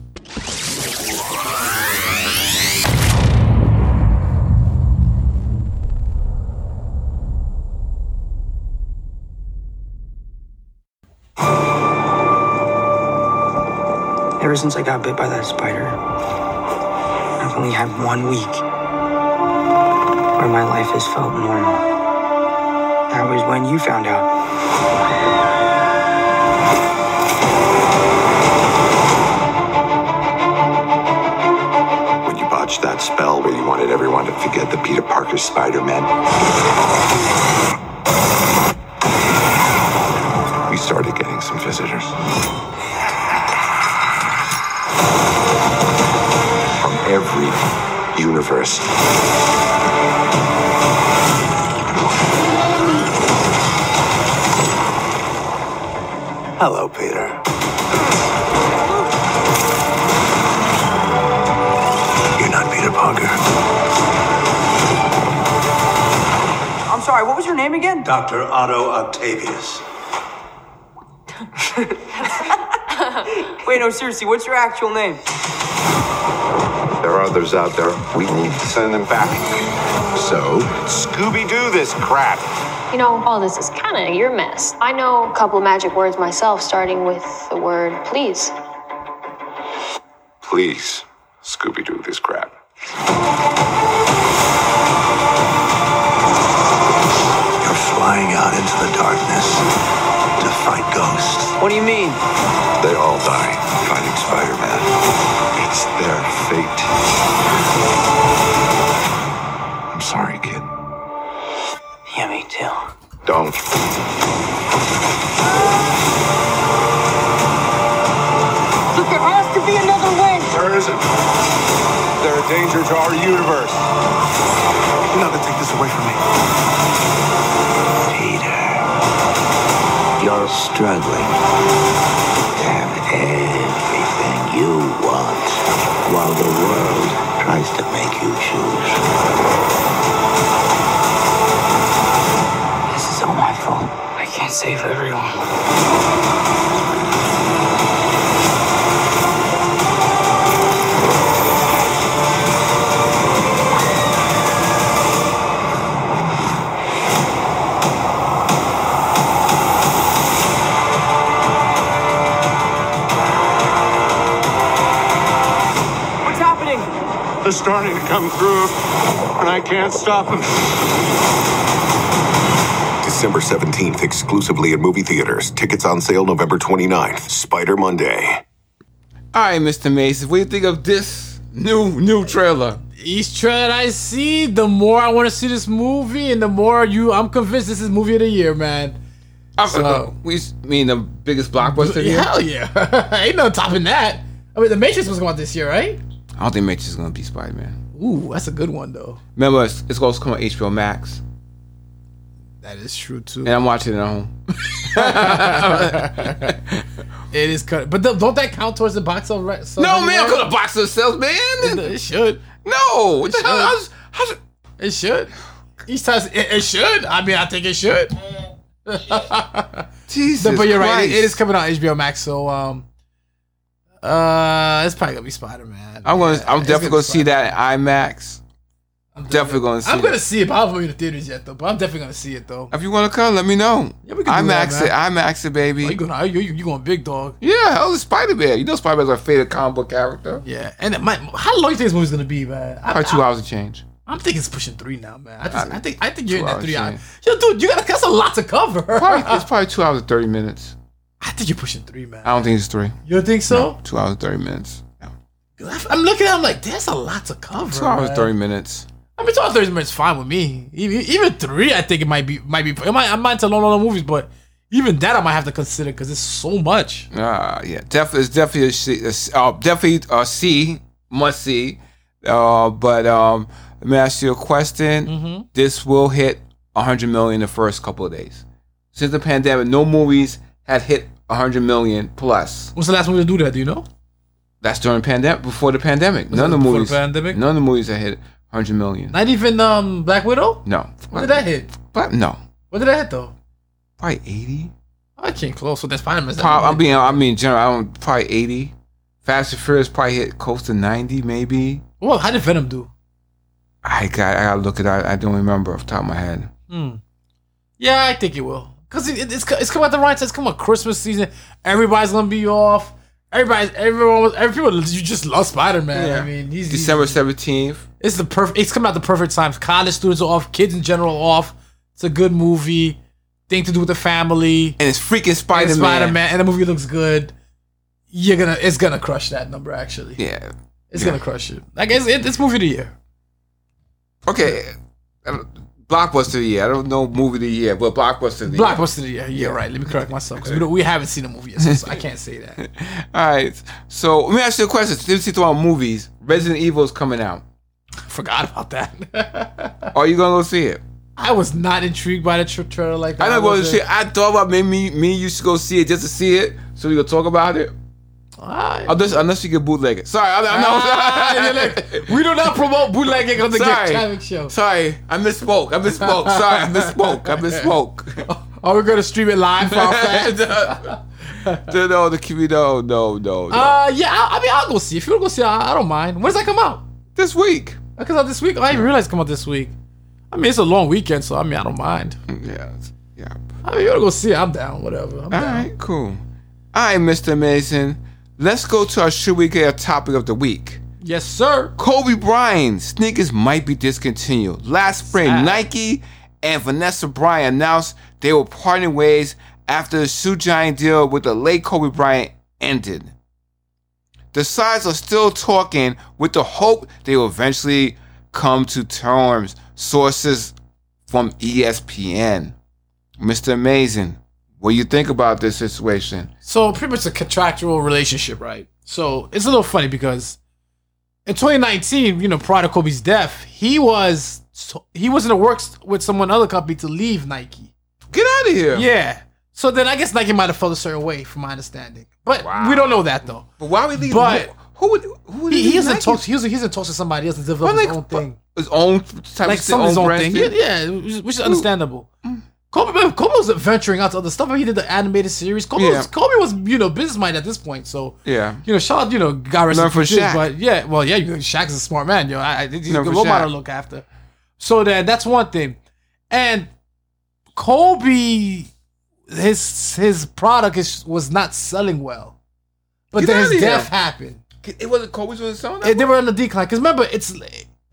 S3: Ever since I got bit by that spider, I've only had one week where my life has felt normal. That was when you found out.
S4: when you botched that spell where you wanted everyone to forget the Peter Parker Spider-Man. We started getting some visitors. From every universe. Hello, Peter. You're not Peter Parker.
S3: I'm sorry, what was your name again?
S4: Dr. Otto Octavius.
S3: Wait, no, seriously, what's your actual name?
S4: There are others out there. We need to send them back. So, Scooby Doo this crap.
S5: You know, all this is kind of your mess. I know a couple of magic words myself, starting with the word please.
S4: Please, Scooby Doo this crap. You're flying out into the darkness to fight ghosts.
S3: What do you mean?
S4: They all die fighting Spider Man. It's their fate. I'm sorry, kid.
S3: Yeah, me too.
S4: Don't.
S3: There has to be another way!
S4: There isn't. They're a danger to our universe. You're not gonna take this away from me. Peter. You're struggling to have everything you want while the world tries to make you choose.
S3: This is all my fault. I can't save everyone. What's happening?
S6: They're starting to come through, and I can't stop them.
S7: December 17th, exclusively at movie theaters. Tickets on sale November 29th. Spider Monday.
S1: All right, Mr. Mason, what do you think of this new new trailer?
S2: each trailer that I see, the more I want to see this movie, and the more you, I'm convinced this is movie of the year, man.
S1: I,
S2: So-
S1: we s- mean the biggest blockbuster. of the year?
S2: Hell yeah, [LAUGHS] ain't no topping that. I mean, The Matrix was going out this year, right?
S1: I don't think Matrix is gonna be Spider-Man.
S2: Ooh, that's a good one though.
S1: Remember, it's, it's supposed to come on HBO Max,
S2: That is true too.
S1: and I'm watching it at home.
S2: It is cut, but th- don't that count towards the box office?
S1: No man, I'm gonna box ourselves, man.
S2: It should.
S1: No, what the hell?
S2: should.
S1: How's, how's,
S2: It should. Each time, it, it should. I mean, I think it should.
S1: Jesus.
S2: No, [LAUGHS] but you're right. It-
S1: Christ.
S2: it is coming on HBO Max, so um, uh, it's probably gonna be Spider Man.
S1: I'm gonna. I'm definitely gonna see that at IMAX. I'm definitely gonna see.
S2: I'm
S1: it.
S2: gonna see it, but I haven't been to theaters yet though. But I'm definitely gonna see it though.
S1: If you wanna come, let me know.
S2: Yeah, we can do that,
S1: IMAX it. IMAX it, baby.
S2: you going? You you you going big dog?
S1: yeah, hell, it's Spider Man. You know Spider Man's my favorite comic book character.
S2: Yeah. And my, how long do you think this movie's gonna be, man? I,
S1: Probably two hours and change.
S2: am thinking it's pushing three now, man. I, just, I think I think you're in
S1: Two
S2: that
S1: hours,
S2: three
S1: yeah.
S2: hours. Yo, dude, you got that's a lot to cover.
S1: Probably, it's probably two Uh, hours and thirty minutes.
S2: [LAUGHS] I think you're pushing three, man.
S1: I don't think it's three.
S2: You don't think so?
S1: Two hours and thirty minutes. No.
S2: 'Cause I- I'm looking at. it, I'm like, there's a lot to cover.
S1: Two hours
S2: man.
S1: and thirty minutes.
S2: I mean, two hours thirty minutes is fine with me. Even, even three, I think it might be might be. It might, I'm not into long, long movies, but even that I might have to consider because it's so much.
S1: Uh, yeah, def- it's definitely a, C- a s- uh, definitely a C, must see. Uh, but um, let me ask you a question.
S2: Mm. Mm-hmm.
S1: This will hit 100 million in the first couple of days. Since the pandemic, no movies had hit 100 million plus.
S2: When's the last movie to do that? Do you know?
S1: That's during pandemic, before the pandemic. None of the
S2: before the
S1: movies,
S2: pandemic?
S1: none of the movies that hit 100 million.
S2: Not even um Black Widow.
S1: No,
S2: What did that hit?
S1: But no,
S2: What did that hit though?
S1: probably 80.
S2: I came close with that Spider Man.
S1: Prob- I'm being, I mean, general, I don't probably 80. Fast and Furious probably hit close to 90, maybe.
S2: Well, how did Venom do?
S1: I got I gotta look it. I, I don't remember off the top of my head.
S2: Yeah, I think it will. Cause it, it, it's co- it's come out the right time. It's come on Christmas season. Everybody's gonna be off. Everybody's everyone was every people you just love Spider Man. I mean, he's he's-
S1: December seventeenth.
S2: It's the perfect. It's coming out the perfect time. College students are off. Kids in general are off. It's a good movie. Thing to do with the family.
S1: And it's freaking Spider Man.
S2: Spider Man, and the movie looks good. You're gonna. It's gonna crush that number. Actually,
S1: Yeah.
S2: it's gonna crush it. Like it's, it, it's movie of the year.
S1: Okay. I don't- Blockbuster of the year. I don't know movie of the year, but blockbuster of the year.
S2: Blockbuster of the year. Yeah, right. Let me correct myself because we, don't- we haven't seen a movie yet, so, so I can't say that.
S1: All right. So let me ask you a question. Since you throw out movies, Resident Evil is coming out.
S2: Forgot about that. [LAUGHS]
S1: Are you gonna go see it?
S2: I was not intrigued by the tra- trailer like that.
S1: I know going to
S2: wasn't.
S1: see. It. I thought about maybe me, me and you should go see it just to see it, so we could talk about it.
S2: Ah,
S1: Unless, unless you get bootlegged. Sorry, I'm, I'm [LAUGHS]
S2: ah, you're
S1: not.
S2: like, we do not promote bootlegging on the Sorry.
S1: Sorry.
S2: Traffic Show.
S1: Sorry, I misspoke. I misspoke. Sorry, I misspoke. I misspoke.
S2: Are we gonna stream it live for
S1: [LAUGHS]
S2: our fans?
S1: no, no, no, the commu- no, no, no, no.
S2: Uh, yeah. I, I mean, I'll go see. If you wanna go see, it, I, I don't mind. When does that come out?
S1: this week.
S2: That comes out this week. Oh, I didn't realize it come out this week. I mean, it's a long weekend, so I mean, I don't mind.
S1: Yeah, it's- yeah.
S2: I mean, you wanna go see? It, I'm down. Whatever. I'm
S1: All
S2: down.
S1: right, cool. All right, Mr. Mason. Let's go to our should we get a topic of the week.
S2: Yes, sir.
S1: Kobe Bryant sneakers might be discontinued. Last spring, Nike and Vanessa Bryant announced they were parting ways after the shoe giant deal with the late Kobe Bryant ended. The sides are still talking with the hope they will eventually come to terms. Sources from E ESPN. Mr. Amazing, what do you think about this situation?
S2: So pretty much a contractual relationship, right? So it's a little funny because in 2019, you know, prior to Kobe's death, he was he was in the works with someone other company to leave Nike.
S1: Get out of here.
S2: Yeah. So then I guess Nike might have felt a certain way, from my understanding. But we don't know that though.
S1: But why would he
S2: But-
S1: who, who would who would
S2: He, he
S1: leave
S2: isn't
S1: Nike?
S2: talks. He's he's in talks with somebody else to
S1: But
S2: develop
S1: like
S2: his own thing,
S1: His own type
S2: like
S1: of
S2: some of his own
S1: brand
S2: thing. Yeah,
S1: thing? Mm.
S2: yeah, which is- which is understandable. Kobe, remember, Kobe was venturing out to other stuff. He did the animated series. Kobe,
S1: Yeah.
S2: was, Kobe was you know business minded at this point. So
S1: Yeah.
S2: you know, shout out, you know, God rest
S1: Learn
S2: in
S1: from
S2: peace,
S1: Shaq.
S2: But yeah, well, yeah, you- Shaq's a smart man. You know, I, I, he's
S1: Learn
S2: a good
S1: from
S2: role model
S1: Shaq.
S2: to look after. So then that's one thing, and Kobe, his his product is, was not selling well, but
S1: Get
S2: then his
S1: outta here.
S2: death happened.
S1: It wasn't Kobe's was selling
S2: And they were on the decline because remember, it's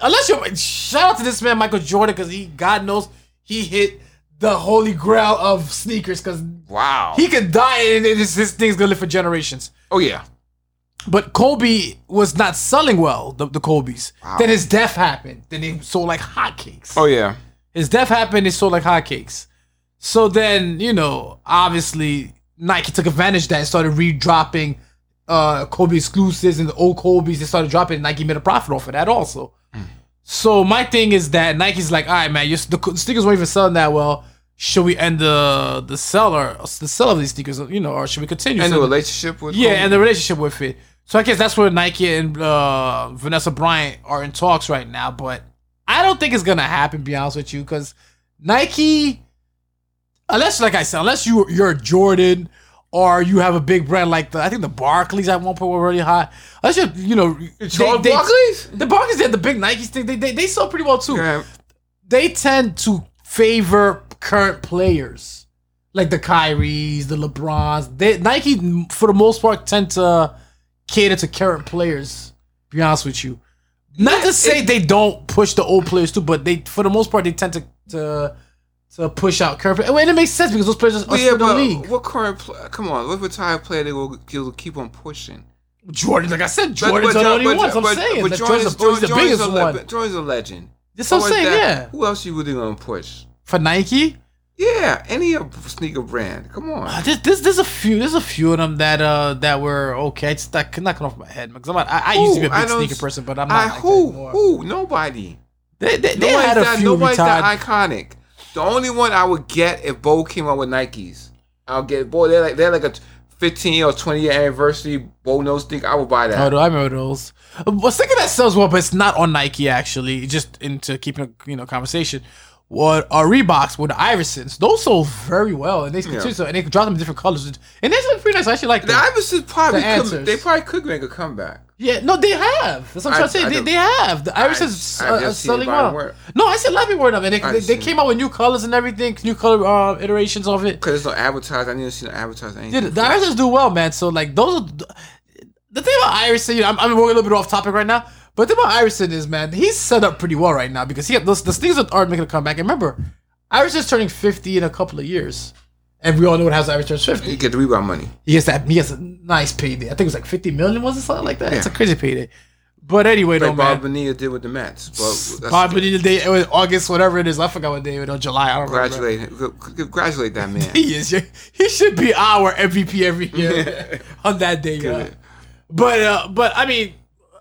S2: unless you shout out to this man Michael Jordan because he, God knows, he hit the holy grail of sneakers because
S1: Wow.
S2: he could die and it is, his thing's gonna live for generations.
S1: oh yeah.
S2: But Kobe was not selling well, the, the Kobe's. Then his death happened. Then they sold like hotcakes.
S1: Oh yeah.
S2: His death happened, they sold like hotcakes. So then, you know, obviously Nike took advantage of that and started re-dropping uh, Kobe exclusives and the old Kobe's. They started dropping and Nike made a profit off of that also.
S1: Hmm.
S2: So my thing is that Nike's like, all right, man, you're, the sneakers weren't even selling that well. Should we end the the seller the sell of these sneakers, you know, or should we continue?
S1: And
S2: So
S1: the
S2: the-
S1: relationship with
S2: yeah,
S1: Kobe.
S2: and the relationship with it. So I guess that's where Nike and uh, Vanessa Bryant are in talks right now. But I don't think it's gonna happen. Be honest with you, because Nike, unless like I said, unless you you're Jordan or you have a big brand like the I think the Barclays at one point were really hot. Unless you you know
S1: It's called Barclays?
S2: The Barclays had the big Nikes thing. They they, they sell pretty well too.
S1: Yeah.
S2: They tend to favor current players. Like the Kyries, the LeBrons, they, Nike for the most part tend to cater to current players. Be honest with you, not to say they don't push the old players too, but they for the most part they tend to to, to push out current. players. And it makes sense because those players are
S1: But
S2: still
S1: yeah,
S2: in the
S1: but
S2: league.
S1: what current? Pl- come on, what retired player they will, they will keep on pushing?
S2: Jordan, like I said, Jordan's
S1: But-
S2: the
S1: but-
S2: only
S1: but-
S2: ones. I'm
S1: but-
S2: saying
S1: but
S2: that Jordan's, the- Jordan's the
S1: Jordan's
S2: biggest
S1: a le-
S2: one.
S1: Jordan's a legend.
S2: That's what I'm
S1: Other than
S2: saying.
S1: that,
S2: Yeah,
S1: Who else you really gonna push?
S2: for Nike,
S1: Yeah, any of sneaker brand. Come on.
S2: uh, this, this there's a few there's a few of them that uh that were okay. It's not not coming off my head because I'm not, I, I used to be a
S1: Who? I
S2: big
S1: don't
S2: sneaker
S1: s-
S2: person, but I'm not.
S1: I,
S2: like that
S1: who?
S2: anymore.
S1: Who? Nobody.
S2: They, they, they
S1: Nobody's
S2: had a
S1: that,
S2: few
S1: nobody's
S2: retired.
S1: that iconic. The only one I would get if Bo came out with Nikes, I'll get boy. They're like they're like a fifteen or twenty year anniversary Bo no sneaker. I would buy
S2: Oh,
S1: that.
S2: do I remember those? I was thinking that sells well, but it's not on Nike actually. Just into keeping a you know conversation. What are Reeboks with the Iversons? Those sold very well, and they continue to, and they drop them in different colors, and they look pretty nice. I actually like
S1: The
S2: them.
S1: Iversons probably
S2: The
S1: could,
S2: answers.
S1: they probably could make a comeback.
S2: yeah, no, they have. That's what I'm
S1: I-
S2: trying to say.
S1: I
S2: they,
S1: don't-
S2: they have the Iversons
S1: I
S2: are, are
S1: just see it
S2: selling
S1: by
S2: well.
S1: word.
S2: No, I said let me word them, and they,
S1: I
S2: they, they
S1: see.
S2: came out with new colors and everything, new color uh, iterations of it.
S1: Cause there's no advertising. I didn't see no advertising.
S2: Yeah,
S1: anything.
S2: the Irisons do well, man. So like those are the thing about Irison. You know, I'm, I'm going a little bit off topic right now, but the thing about Irison is, man, he's set up pretty well right now because he those the things that aren't making a comeback. And remember, Irison's turning 50 in a couple of years, and we all know what happens. when Irison turns 50.
S1: You get the rebound money.
S2: He gets that. He gets a nice payday. I think it was like 50 million, was it something like that? It's a crazy payday. But anyway, though,
S1: Like
S2: man.
S1: Bob Bonilla did with the Mets. But that's
S2: Probably the day, it was August, whatever it is. I forgot what day it was, July. I don't remember.
S1: congratulate, congratulate that man.
S2: he is. He should be our MVP every year on that day. [LAUGHS] Yeah. But uh, but I mean,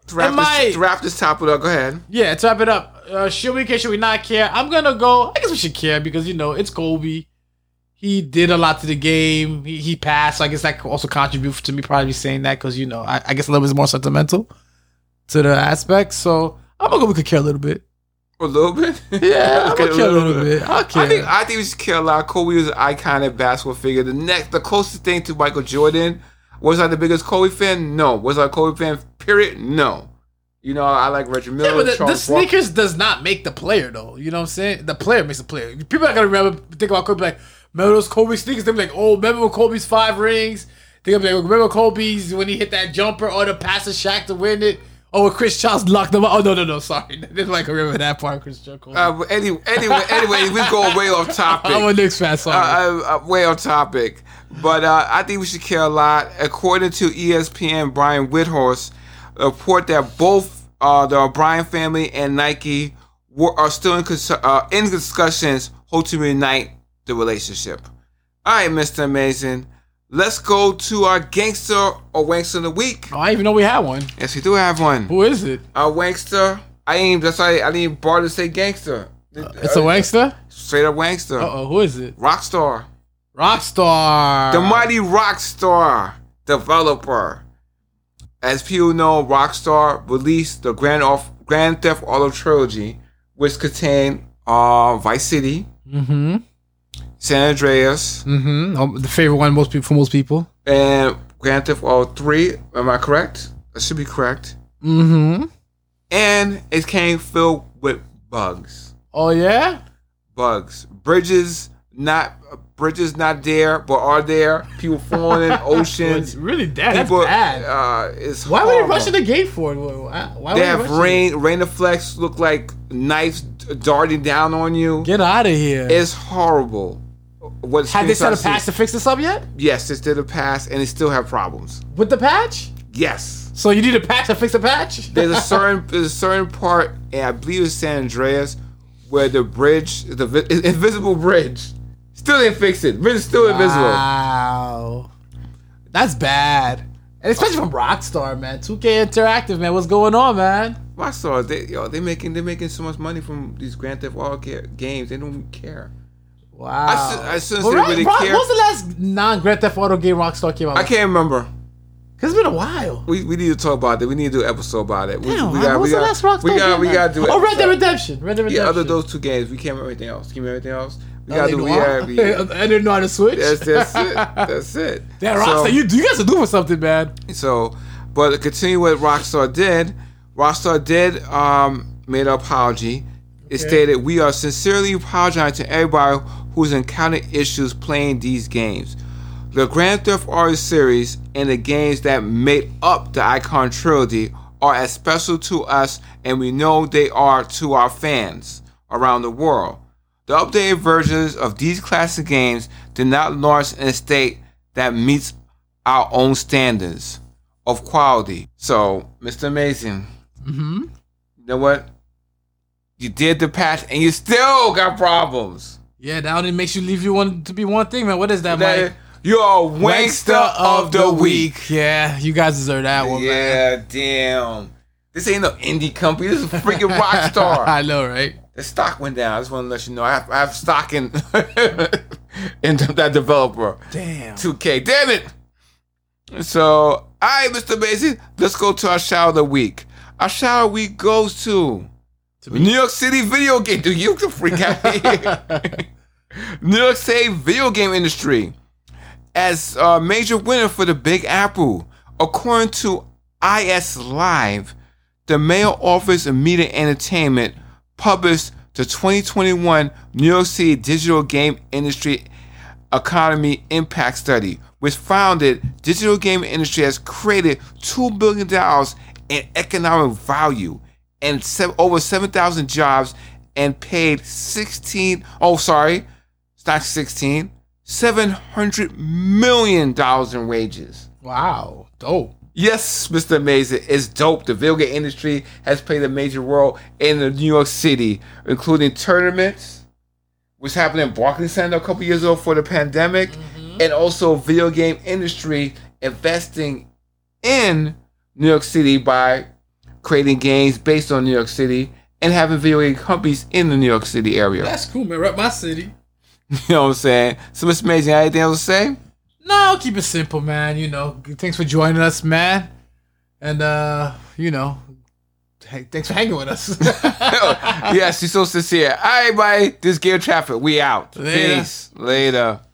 S1: To wrap,
S2: Am
S1: this,
S2: I-
S1: to wrap this top it up, go ahead.
S2: yeah. To wrap it up, uh, should we care? Should we not care? I'm gonna go. I guess we should care because you know it's Kobe. He did a lot to the game. He, he passed. So I guess that could also contribute to me probably saying that because you know I, I guess a little bit more sentimental to the aspect. So I'm gonna go. We could care a little bit.
S1: A little bit.
S2: Yeah, I'm gonna care a little bit. I'll care.
S1: I think I think we should care a lot. Kobe was an iconic basketball figure. The next, the closest thing to Michael Jordan. Was I the biggest Kobe fan? No. Was I a Kobe fan? Period. No. You know, I like Reggie Miller.
S2: Yeah, but the, the
S1: Charles Barkley.
S2: sneakers does not make the player though. You know what I'm saying? The player makes the player. People are gonna remember think about Kobe like, remember those Kobe sneakers? They'll be like, oh, remember when Kobe's five rings? They gonna be like, remember Kobe's when he hit that jumper or the pass to Shaq to win it? Oh, when Chris Charles locked them up. Oh no, no, no, sorry. [LAUGHS] They don't like remember that part, Chris Charles.
S1: Uh, but anyway, anyway, anyway, we go way
S2: [LAUGHS]
S1: off topic.
S2: I'm a Knicks fan, sorry.
S1: uh, uh, uh, way off topic, but uh, I think we should care a lot. According to E ESPN, Brian Whithorst report that both uh, the O'Brien family and Nike were, are still in, cons- uh, in discussions, hope to reunite the relationship. All right, Mister Amazing, let's go to our gangster or wankster of the week.
S2: oh, I didn't even know we had one.
S1: Yes, we do have one.
S2: Who is it?
S1: Our wankster. I ain't. That's why I didn't bother to say gangster.
S2: It's a wankster?
S1: Straight up wankster.
S2: Uh oh, who is it?
S1: Rockstar.
S2: Rockstar.
S1: The mighty Rockstar developer. As people know, Rockstar released the Grand, Off- Grand Theft Auto trilogy, which contained uh, Vice City,
S2: Mm-hmm.
S1: San Andreas,
S2: Mm-hmm. Oh, the favorite one most people for most people.
S1: and Grand Theft Auto 3. Am I correct? I should be correct.
S2: Mm-hmm.
S1: And it came filled with bugs.
S2: Oh yeah?
S1: Bugs. Bridges not bridges not there, but are there. People falling
S2: [LAUGHS]
S1: in oceans.
S2: Well, really bad.
S1: people,
S2: That's bad.
S1: Uh, it's
S2: why were you
S1: horrible.
S2: rushing the gate for it? Why why
S1: They
S2: were you
S1: have
S2: rushing it?
S1: rain, rain reflex look like knives d- darting down on you.
S2: Get out of here.
S1: It's horrible. What
S2: Had they sent a
S1: screenshots
S2: patch to
S1: is-
S2: fix this up yet?
S1: Yes, it's did a pass, and they still have problems.
S2: With the patch?
S1: Yes,
S2: So you need a patch to fix the patch?
S1: there's a certain [LAUGHS] there's a certain part, and I believe it's San Andreas, where the bridge, the vi- invisible bridge, still didn't fix it. Bridge is still invisible.
S2: Wow. That's bad. And especially from Rockstar, man. 2K Interactive, man. What's going on, man?
S1: My they yo, they making they making so much money from these Grand Theft Auto ga- games. They don't care.
S2: Wow.
S1: I should- I shouldn't
S2: But
S1: say
S2: right,
S1: really
S2: Rock-
S1: care.
S2: What was the last non Grand Theft Auto game Rockstar came out?
S1: I
S2: with?
S1: can't remember.
S2: Cause it's been a while.
S1: We, we need to talk about that. We need to do an episode about it. We,
S2: Damn,
S1: we
S2: what was the last Rockstar
S1: we got,
S2: game?
S1: we
S2: man?
S1: got to do it.
S2: Oh, Red Dead Oh, Redemption. Red Dead Redemption.
S1: Yeah, other those two games, we can't remember anything else. Can you remember anything else? We gotta do
S2: Noir.
S1: every
S2: [LAUGHS]
S1: year.
S2: I didn't know how to switch.
S1: That's, that's it. That's it.
S2: That
S1: So-
S2: Rockstar, you, you guys are doing something, man.
S1: So, but to continue what Rockstar did, Rockstar did um, made an apology. It stated, "We are sincerely apologizing to everybody who's encountered issues playing these games. The Grand Theft Auto series and the games that made up the Icon trilogy are as special to us, and we know they are to our fans around the world." The updated versions of these classic games did not launch in a state that meets our own standards of quality. So, Mr. Amazing, mm-hmm. you know what? You did the patch and you still got problems.
S2: Yeah, that only makes you leave you one to be one thing, man. What is that,
S1: That-
S2: Mike?
S1: You're a wankster of the week.
S2: Yeah, you guys deserve that one, man.
S1: Yeah, damn. This ain't no indie company. This is a freaking rock [LAUGHS] star.
S2: [LAUGHS] I know, right?
S1: The stock went down. I just want to let you know I have, I have stock in, [LAUGHS] in that developer.
S2: Damn.
S1: 2K. Damn it! So, all right, Mr. Mason, let's go to our shout of the week. Our shout of the week goes to, New York City video game. Dude, you the freak out here. New York City video game industry as a major winner for the Big Apple. According to IS Live, the Mayor Office of Media Entertainment published the 2021 New York City Digital Game Industry Economy Impact Study, which found that digital game industry has created $2 billion in economic value and se- over 7,000 jobs and paid 16, oh, sorry, it's not 16, $700 million in wages.
S2: Wow. Dope.
S1: Yes, Mr. Amazing, it's dope. The video game industry has played a major role in the New York City, including tournaments, which happened in Barclays Center a couple years ago for the pandemic, and also video game industry investing in New York City by creating games based on New York City and having video game companies in the New York City area. [LAUGHS]
S2: That's cool, man. Rep my city.
S1: you know what I'm saying? So, Mr. Amazing, anything else to say?
S2: No, keep it simple, man. You know, thanks for joining us, man. And uh, you know, hey, thanks for hanging
S1: [LAUGHS]
S2: with us. [LAUGHS]
S1: Oh, yes, you're so sincere. All right, buddy. This is Gear Traffic. We out.
S2: Later.
S1: Peace. Later.